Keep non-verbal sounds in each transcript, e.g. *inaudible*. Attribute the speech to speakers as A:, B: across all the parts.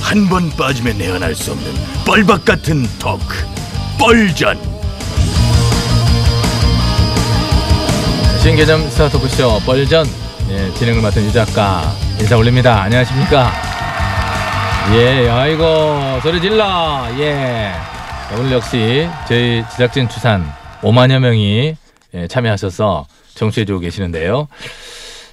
A: 한 번 빠지면 내안할 수 없는 뻘박 같은 토크 뻘전
B: 신개념 스타 토크쇼 뻘전 예, 진행을 맡은 유 작가 인사 올립니다. 안녕하십니까? 예, 아이고 소리 질러. 예. 자, 오늘 역시 저희 제작진 추산 5만여 명이 예, 참여하셔서 정치해주고 계시는데요.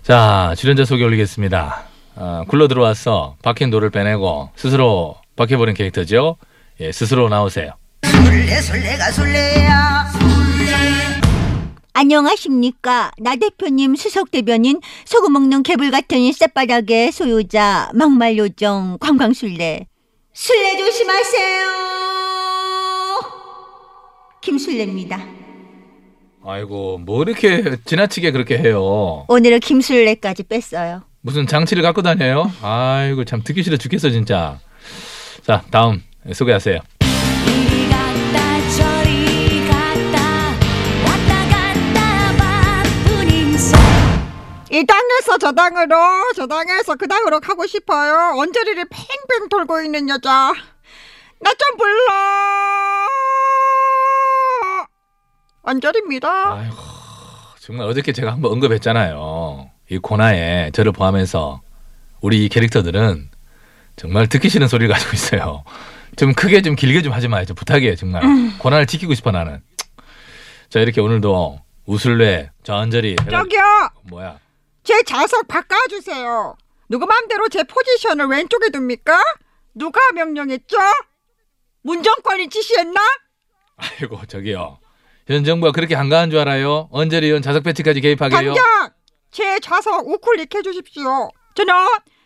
B: 자, 출연자 소개 올리겠습니다. 아, 굴러 들어와서 박힌 돌을 빼내고 스스로 박혀버린 캐릭터죠. 예, 스스로 나오세요.
C: 술래 술래가 술래야
D: 안녕하십니까. 나 대표님 수석 대변인 소금 먹는 개불 같은 이 쌔바닥의 소유자 막말 요정 관광술래 술래 조심하세요. 김술래입니다.
B: 아이고, 뭐 이렇게 지나치게 그렇게 해요.
D: 오늘은 김술래까지 뺐어요.
B: 무슨 장치를 갖고 다녀요? 아이고 참 듣기 싫어 죽겠어 진짜. 자 다음 소개하세요.
E: 이리 갔다 저리 갔다 왔다 갔다 바쁜 인생
F: 이 땅에서 저 땅으로 저 땅에서 그 땅으로 가고 싶어요 언저리를 팽팽 돌고 있는 여자 나 좀 불러 언저리입니다
B: 아이고 정말 어저께 제가 한번 언급했잖아요. 이 코나에 저를 포함해서 우리 이 캐릭터들은 정말 듣기 싫은 소리를 가지고 있어요. 좀 크게 좀 길게 좀 하지 마요. 좀 부탁해요 정말. 고난을 지키고 싶어 나는. 자 이렇게 오늘도 우슬레 저한절이
F: 저기요
B: 뭐야?
F: 제 좌석 바꿔주세요 누구 맘대로 제 포지션을 왼쪽에 둡니까? 누가 명령했죠? 문정권이 지시했나?
B: 아이고 저기요. 현 정부가 그렇게 한가한 줄 알아요? 언저리 의원 자석 배치까지 개입하게요?
F: 당장 제 좌석 우클릭 해주십시오 저는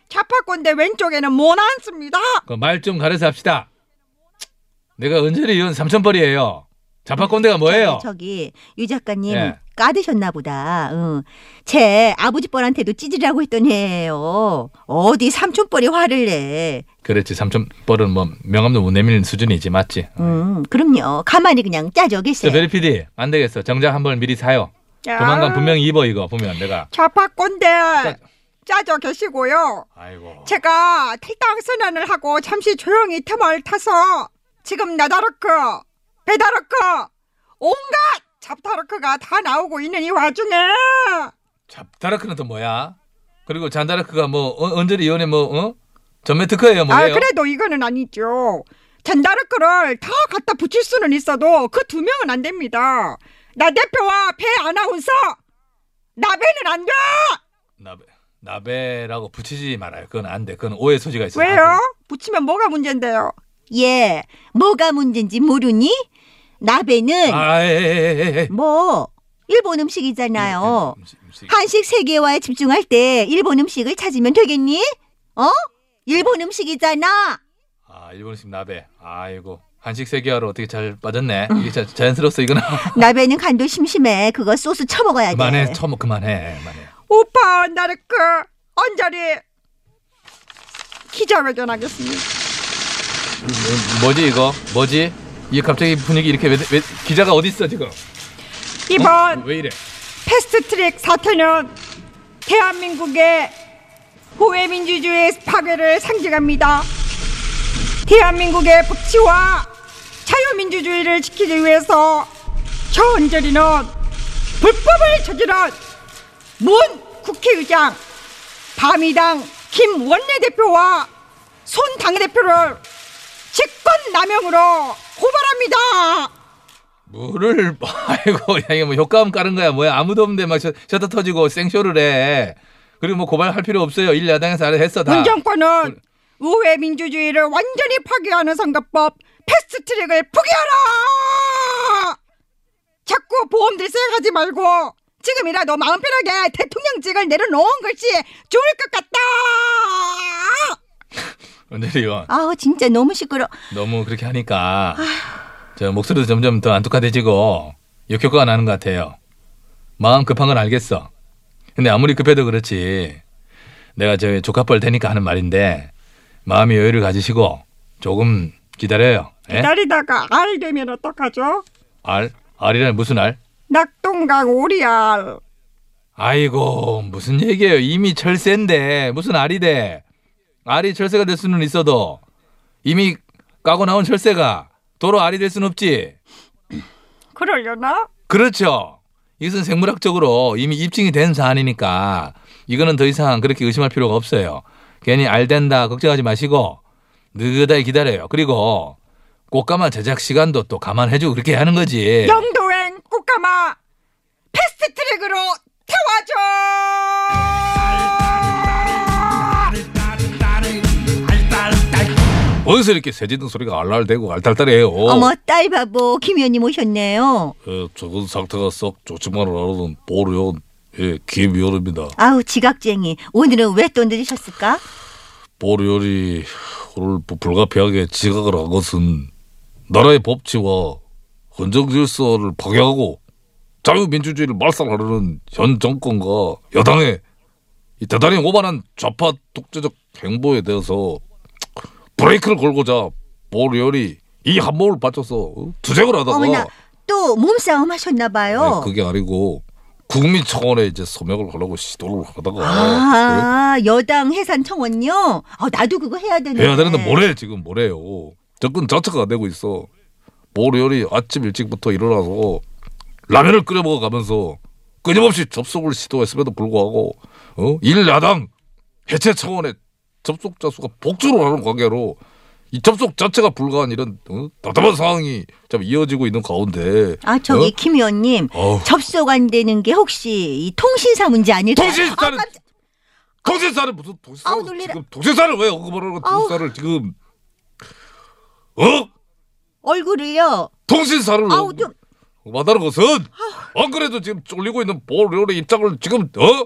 F: 좌파권대 왼쪽에는 못 앉습니다
B: 그 말 좀 가려서 합시다. 내가 은철이 의원 삼천벌이에요. 자파꼰대가 뭐예요?
D: 저기, 저기 유 작가님
B: 예.
D: 까드셨나 보다. 응. 제 아버지 뻘한테도 찌질하고 했던 애예요. 어디 삼촌 뻘이 화를 내.
B: 그렇지 삼천벌은 뭐 명함도 못 내밀 수준이지 맞지? 어.
D: 음, 그럼요. 가만히 그냥 짜져
B: 저
F: 네.
D: 계세요.
B: 베리 PD 안 되겠어. 정장 한 벌 미리 사요.
F: 야.
B: 조만간 분명히 입어 이거 보면 내가.
F: 좌파꼰대 짜져 계시고요.
B: 아이고.
F: 제가 탈당 선언을 하고 잠시 조용히 틈을 타서 지금 나다르크, 베다르크, 온갖 잡다르크가 다 나오고 있는 이 와중에 아,
B: 잡다라크는 또 뭐야? 그리고 잔다라크가 뭐 어, 은철이 의원의 뭐 어? 전매 특허예요
F: 아
B: 뭐예요?
F: 그래도 이거는 아니죠. 잔다르크를 다 갖다 붙일 수는 있어도 그 두 명은 안 됩니다. 나 대표와 배 아나운서 나배는 안 돼.
B: 나베 나베라고 붙이지 말아요. 그건 안 돼. 그건 오해 소지가 있어.
F: 왜요? 붙이면 뭐가 문제인데요?
D: 예, 뭐가 문제인지 모르니? 나베는
B: 아, 아예예예예. 예,
D: 뭐 일본 음식이잖아요. 한식 세계화에 집중할 때 일본 음식을 찾으면 되겠니? 어? 일본 음식이잖아.
B: 아 일본식 나베 아이고 한식 세계화로 어떻게 잘 빠졌네 이게 자, 자연스러웠어
F: *laughs*
B: 이거는
F: 아,
D: 나베는 간도 심심해. 그거 소스
F: 네.
D: 쳐먹어야 돼.
B: 그만해 처먹 그만해 그만해
F: 오빠 나르크 언저리 기자회견 하겠습니다.
B: 음, 뭐지 이거 뭐지 이 갑자기 분위기 이렇게 왜, 왜 기자가 어디 있어 지금
F: 이번
B: 왜 이래
F: 패스트트랙 사태는 대한민국의 보회민주주의 파괴를 상징합니다. 대한민국의 법치와 자유민주주의를 지키기 위해서 저 언저리는 불법을 저지른 문 국회의장 바미당 김 원내대표와 손 당대표를 직권남용으로 고발합니다.
B: 물을 *laughs* 아이고 야 이게 뭐 효과음 깔은 거야 뭐야 아무도 없는데 막 셔- 셔터 터지고 생쇼를 해 그리고 뭐 고발할 필요 없어요 일 야당에서 알아 했어 다
F: 문정권은 의회 민주주의를 완전히 파괴하는 선거법 패스트트랙을 포기하라! 자꾸 보험들 생각하지 말고 지금이라도 마음 편하게 대통령직을 내려놓은 것이 좋을 것 같다!
B: 은재리 의원
D: 아 진짜 너무 시끄러.
B: 너무 그렇게 하니까 저 목소리도 점점 더 안똑하대지고 역효과가 나는 것 같아요. 마음 급한 건 알겠어. 근데 아무리 급해도 그렇지. 내가 저 조카뻘 되니까 하는 말인데 마음의 여유를 가지시고 조금 기다려요. 예?
F: 기다리다가 알 되면 어떡하죠?
B: 알? 알이란 무슨 알?
F: 낙동강 오리알.
B: 아이고 무슨 얘기예요. 이미 철새인데 무슨 알이 돼. 알이 철새가 될 수는 있어도 이미 까고 나온 철새가 도로 알이 될 순 없지.
F: 그러려나?
B: 그렇죠. 이것은 생물학적으로 이미 입증이 된 사안이니까 이거는 더 이상 그렇게 의심할 필요가 없어요. 괜히 알된다 걱정하지 마시고 느긋하게 기다려요. 그리고 꽃가마 제작 시간도 또 감안해주고 그렇게 하는 거지.
F: 영도행 꽃가마 패스트트랙으로 태워줘.
B: 어디서 이렇게 새지등 소리가 알랄대고 알딸딸해요.
D: 어머 딸 바보 김 의원님 오셨네요.
B: 예, 저건 상태가 썩 좋지만은 않은 보르연 예, 김여름입니다.
D: 아우 지각쟁이 오늘은 왜 또 늦으셨을까?
B: 어, 보르연이 오늘 부- 불가피하게 지각을 한 것은 나라의 법치와 헌정 질서를 파괴하고 자유민주주의를 말살하려는 현 정권과 여당의 이 대단히 오만한 좌파 독재적 행보에 대해서 브레이크를 걸고자 보르연이 이 한몸을 바쳐서 투쟁을 하다가
D: 어머나 또 몸싸움 하셨나 봐요.
B: 아니, 그게 아니고 국민 청원에 이제 서명을 하려고 시도를 하다가
D: 아 여당 해산 청원요. 아, 나도 그거 해야
B: 예?
D: 되는데.
B: 해야 되는데 뭐래 지금 뭐래요 접근 자체가 안 되고 있어 모레열이 아침 일찍부터 일어나서 라면을 끓여 먹어가면서 끊임없이 접속을 시도했음에도 불구하고 어? 일야당 해체 청원에 접속자 수가 복주로 하는 관계로 이 접속 자체가 불가한 이런 어? 답답한 상황이 참 이어지고 있는 가운데
D: 아 저기
B: 어?
D: 김 의원님
B: 어우.
D: 접속 안 되는 게 혹시 이 통신사 문제 아닐까요?
B: 통신사는 통신사는 무슨 통신사
D: 아우, 놀래라.
B: 지금 통신사를 왜 언급하려고
D: 아우.
B: 통신사를 지금 어
D: 얼굴을요.
B: 통신사를
D: 아우 좀
B: 말하는 것은 안 그래도 지금 쫄리고 있는 보리온의 입장을 지금 어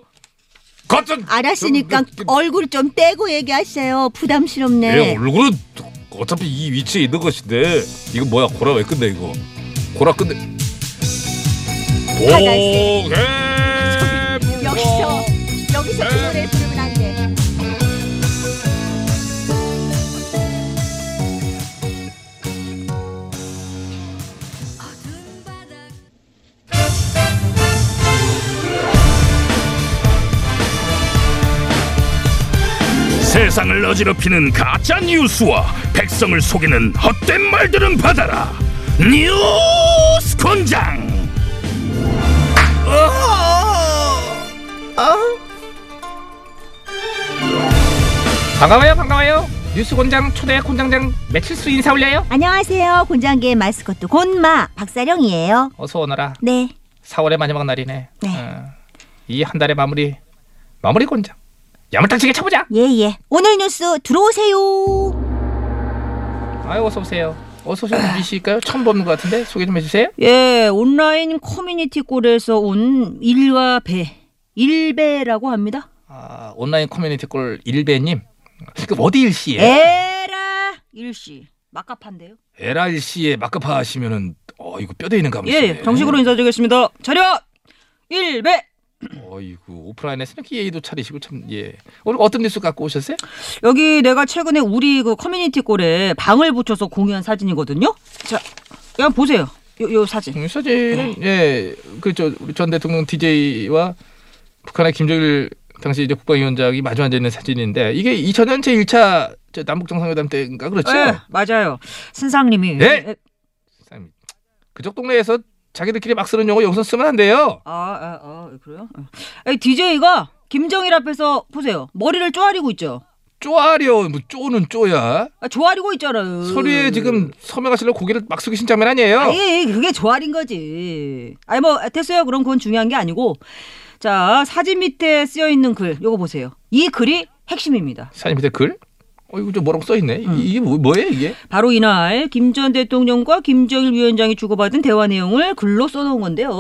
B: 같은
D: 알았으니까 얼굴 좀 떼고 얘기하세요. 부담스럽네.
B: 예 얼굴은 어차피 이 위치에 있는 것인데 이거 뭐야 고라 왜 끝내 이거 고라 끝내
D: 화장실.
B: 동해 불고.
D: 여기서 여기서 그 노래 부르면 안 돼.
A: 세상을 어지럽히는 가짜 뉴스와 백성을 속이는 헛된 말들은 받아라. 뉴스 권장.
G: 반가워요 반가워요 뉴스 권장 초대 권장장 매칠수 인사 올려요
D: 안녕하세요. 곤장계의 마스코트 곤마 박사령이에요.
G: 어서 오너라
D: 네.
G: 4월의 마지막 날이네 어,
D: 네.
G: 이 한 달의 마무리 마무리 권장 야물딱지게 쳐보자
D: 예예. 오늘 뉴스 들어오세요.
G: 아유 어서 오세요 어서 오신 분이실까요? 처음 보는 것 같은데 소개 좀 해주세요
H: 예, 온라인 커뮤니티 꼴에서 온 일과 배, 일배라고 합니다.
G: 아, 온라인 커뮤니티 꼴 일배님 그 어디 일씨예요?
H: 에라 일씨 막가판데요.
B: LRC에 막급하 하시면은 어 이거 뼈대 있는 감이
H: 예, 정식으로 인사드리겠습니다. 차렷 일배.
G: 어이구 오프라인에서 이렇게 예의도 차리시고 참예 오늘 어떤 뉴스 갖고 오셨어요?
H: 여기 내가 최근에 우리 그 커뮤니티 꼴에 방을 붙여서 공유한 사진이거든요. 자, 그냥 보세요. 요, 요 사진.
G: 음, 사진은 예 그렇죠 우리 전 대통령 DJ와 북한의 김정일 당시 이제 국방위원장이 마주 앉아 있는 사진인데 이게 2000년 제 1차 남북 정상회담 때인가 그렇죠?
H: 예, 맞아요. 신상님이.
G: 네.
H: 예,
G: 세상에. 그쪽 동네에서 자기들끼리 막 쓰는 용어 여기서 쓰면 안 돼요.
H: 아, 아, 아, 그래요? 에 DJ가 김정일 앞에서 보세요. 머리를 쪼아리고 있죠.
G: 쪼아려 뭐 쪼는 쪼야
H: 아, 조아리고 있잖아요.
G: 서류에 지금 서명하시려고 고개를 막 숙이신 장면 음. 아니에요?
H: 아예 그게 조알인 거지. 아니 뭐 됐어요. 그럼 그건 중요한 게 아니고 자 사진 밑에 쓰여 있는 글 요거 보세요. 이 글이 핵심입니다.
G: 사진 밑에 글? 어 이거 좀 뭐라고 써 있네. 이게 뭐, 뭐예요 이게?
H: 바로 이날 김 전 대통령과 김정일 위원장이 주고받은 대화 내용을 글로 써놓은 건데요.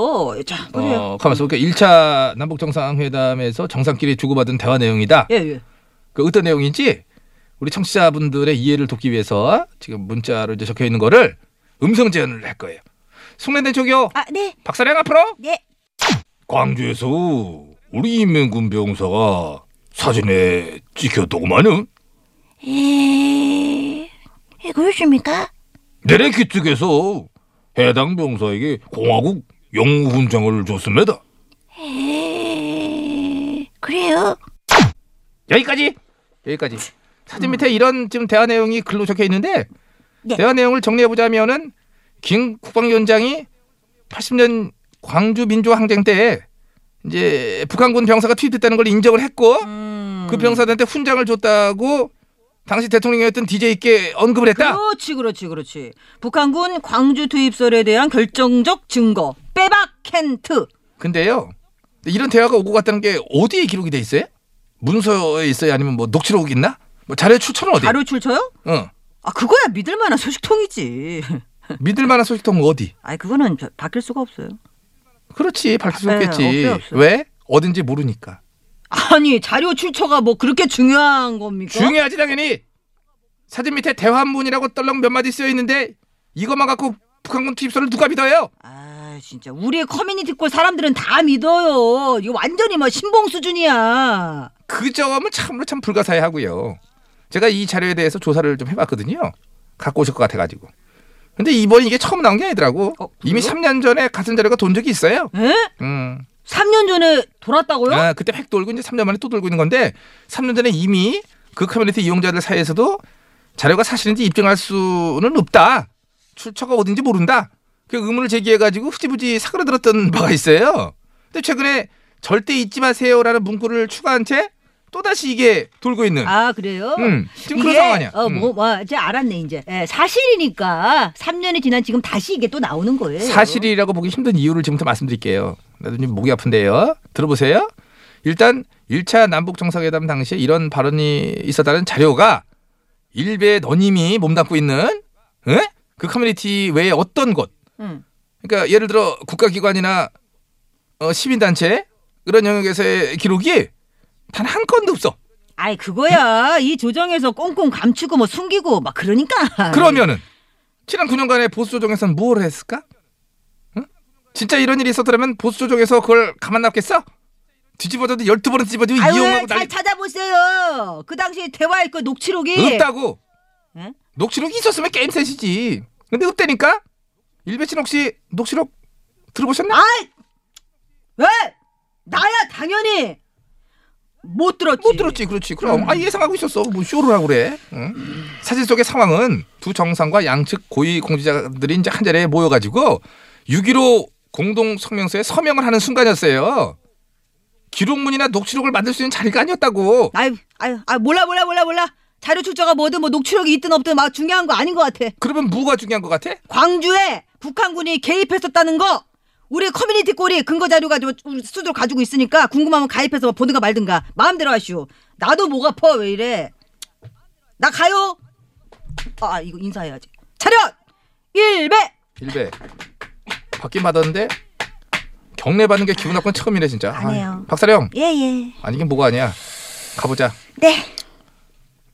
H: 자 보세요.
G: 어, 가만있어. 그러니까 1차 남북 정상회담에서 정상끼리 주고받은 대화 내용이다.
H: 예 예.
G: 그 어떤 내용인지 우리 청취자분들의 이해를 돕기 위해서 지금 문자로 이제 적혀 있는 거를 음성 재현을 할 거예요. 송년대 쪽이요.
D: 아 네.
G: 박사량 앞으로.
D: 네.
A: 광주에서 우리 인민군 병사가 사진에 찍혔더구만요.
D: 예, 에 그러십니까?
A: 내레키 측에서 해당 병사에게 공화국 영웅훈장을 줬습니다.
D: 그래요.
G: 여기까지. 여기까지.
H: 음.
B: 사진 밑에 이런 지금 대화 내용이 글로 적혀 있는데
F: 네.
B: 대화 내용을 정리해 보자면은 김 국방위원장이 80년 광주 민주화 항쟁 때 이제 북한군 병사가 투입됐다는 걸 인정을 했고
H: 음.
B: 그 병사들한테 훈장을 줬다고 당시 대통령이었던 DJ께 언급을 했다.
H: 그렇지, 그렇지, 그렇지. 북한군 광주 투입설에 대한 결정적 증거. 빼박 켄트.
B: 근데요 이런 대화가 오고 갔다는 게 어디에 기록이 돼 있어요? 문서에 있어요? 아니면 뭐 녹취록 있나? 뭐 자료 출처는 어디?
H: 자료 출처요?
B: 응.
H: 아, 그거야 믿을 만한 소식통이지.
B: 믿을 만한 소식통 어디?
H: 아니, 그거는 바- 바뀔 수가 없어요.
B: 그렇지 밝힐 수
H: 네,
B: 없겠지.
H: 없어요, 뭐? 없어요.
B: 왜? 어딘지 모르니까.
H: 아니, 자료 출처가 뭐 그렇게 중요한 겁니까?
B: 중요하지 당연히. 사진 밑에 대화문이라고 떨렁 몇 마디 쓰여 있는데 이것만 갖고 북한군 투입소를 누가 믿어요?
H: 아, 진짜 우리의 커뮤니티골 사람들은 다 믿어요. 이거 완전히 뭐 신봉 수준이야.
B: 그 점은 참으로 참 불가사의하고요. 제가 이 자료에 대해서 조사를 좀 해봤거든요. 갖고 오실 것 같아가지고. 근데 이번에 이게 처음 나온 게 아니더라고.
H: 어, 그래요?
B: 이미 3년 전에 같은 자료가 돈 적이 있어요.
H: 에?
B: 음.
H: 3년 전에 돌았다고요?
B: 아, 그때 획 돌고 이제 3년 만에 또 돌고 있는 건데 3년 전에 이미 그 커뮤니티 이용자들 사이에서도 자료가 사실인지 입증할 수는 없다. 출처가 어딘지 모른다. 그 의문을 제기해가지고 흐지부지 사그라들었던 *laughs* 바가 있어요. 근데 최근에 절대 잊지 마세요라는 문구를 추가한 채 또다시 이게 돌고 있는.
H: 아, 그래요?
B: 음, 지금 그런
H: 이게,
B: 상황이야.
H: 어,
B: 음.
H: 뭐, 뭐, 이제 알았네, 이제. 예, 사실이니까 3년이 지난 지금 다시 이게 또 나오는 거예요.
B: 사실이라고 보기 힘든 이유를 지금부터 말씀드릴게요. 나도 지금 목이 아픈데요. 들어보세요. 일단 1차 남북 정상회담 당시에 이런 발언이 있었다는 자료가 일베 너님이 몸담고 있는 에? 그 커뮤니티 외에 어떤 곳
H: 음.
B: 그러니까 예를 들어 국가기관이나 어, 시민단체 그런 영역에서의 기록이 단 한 건도 없어.
H: 아이, 그거야. 이 조정에서 꽁꽁 감추고 뭐 숨기고 막 그러니까.
B: 그러면은 지난 9년간의 보수 조정에서는 뭘 했을까? 응? 진짜 이런 일이 있었더라면 보수 조정에서 그걸 가만 놔겠어? 뒤집어져도 12번은 뒤집어지고
H: 아유,
B: 이용하고
H: 잘
B: 난리
H: 찾아보세요. 그 당시에 대화의 그 녹취록이.
B: 없다고
H: 응?
B: 녹취록이 있었으면 게임 셋이지 근데 없다니까 일배친 혹시 녹취록 들어보셨나?
H: 아이! 왜? 나야 당연히 못 들었지.
B: 못뭐 들었지 그렇지 그럼 아 예상하고 있었어 뭐 쇼를 하고 그래 응? 사진 속의 상황은 두 정상과 양측 고위 공직자들이 이제 한 자리에 모여가지고 6.15 공동 성명서에 서명을 하는 순간이었어요 기록문이나 녹취록을 만들 수 있는 자리가 아니었다고
H: 아유, 아유, 아 몰라 몰라 몰라 몰라. 자료 출처가 뭐든 뭐 녹취록이 있든 없든 막 중요한 거 아닌 것 같아.
B: 그러면 뭐가 중요한 것 같아?
H: 광주에 북한군이 개입했었다는 거. 우리 커뮤니티 꼴이 근거 자료가 좀 우리 스스로 가지고 있으니까 궁금하면 가입해서 뭐 보든가 말든가 마음대로 하시오. 나도 목 아파 왜 이래? 나 가요. 아 이거 인사해야지. 차렷 일배.
B: 일배 받긴 받았는데 경례 받는 게 기분 나쁜 처음이네 진짜
F: 안 해요.
B: 박사령
F: 예예.
B: 아니 이게 뭐가 아니야 가보자
F: 네.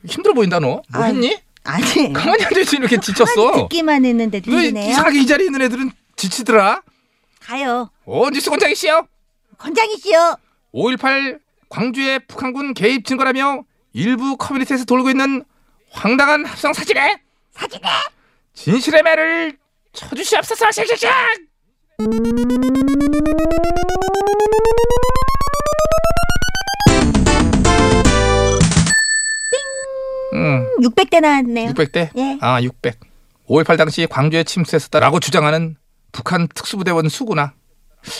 B: 힘들어 보인다 너뭐
F: 아유,
B: 했니?
F: 아니.
B: 가만히 앉아있으니 이렇게 지쳤어
F: 듣기만 했는데
B: 왜
F: 힘드네요.
B: 이상하게 이 자리에 있는 애들은 지치더라?
F: 가요.
B: 오 뉴스 권장이 씨요.
F: 권장이 씨요.
B: 5.18 광주의 북한군 개입 증거라며 일부 커뮤니티에서 돌고 있는 황당한 합성 사진에
F: 사진에
B: 진실의 매를 쳐주시옵소서 씩씩씩. 음,
F: 600대 나왔네요.
B: 600대?
F: 예.
B: 아, 600. 5.18 당시 광주에 침수했었다라고 주장하는 북한 특수부대원 수구나.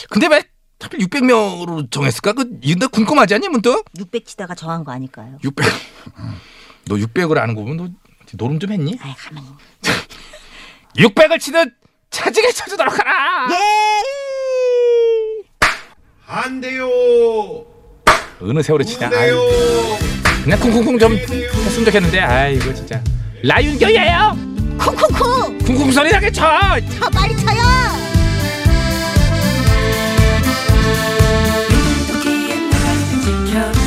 B: 근데 왜 하필 600명으로 정했을까? 그 이거 궁금하지 않니 문득?
F: 600 치다가 정한 거 아닐까요?
B: 600. 너 600을 아는 거 보면 너 노름 좀 했니?
F: 아이 가만히.
B: 600을 치듯 차지게 쳐주도록 하라.
F: 예.
G: 안 돼요.
B: 어느 세월에 치냐?
F: 네.
B: 아유,
G: 돼요.
B: 그냥 쿵쿵쿵 좀 했으면 좋겠는데. 아이고 진짜. 라윤경이에요.
F: 쿵쿵쿵.
B: 쿵쿵 소리 나게 쳐.
F: 더 빨리 쳐요.
I: 이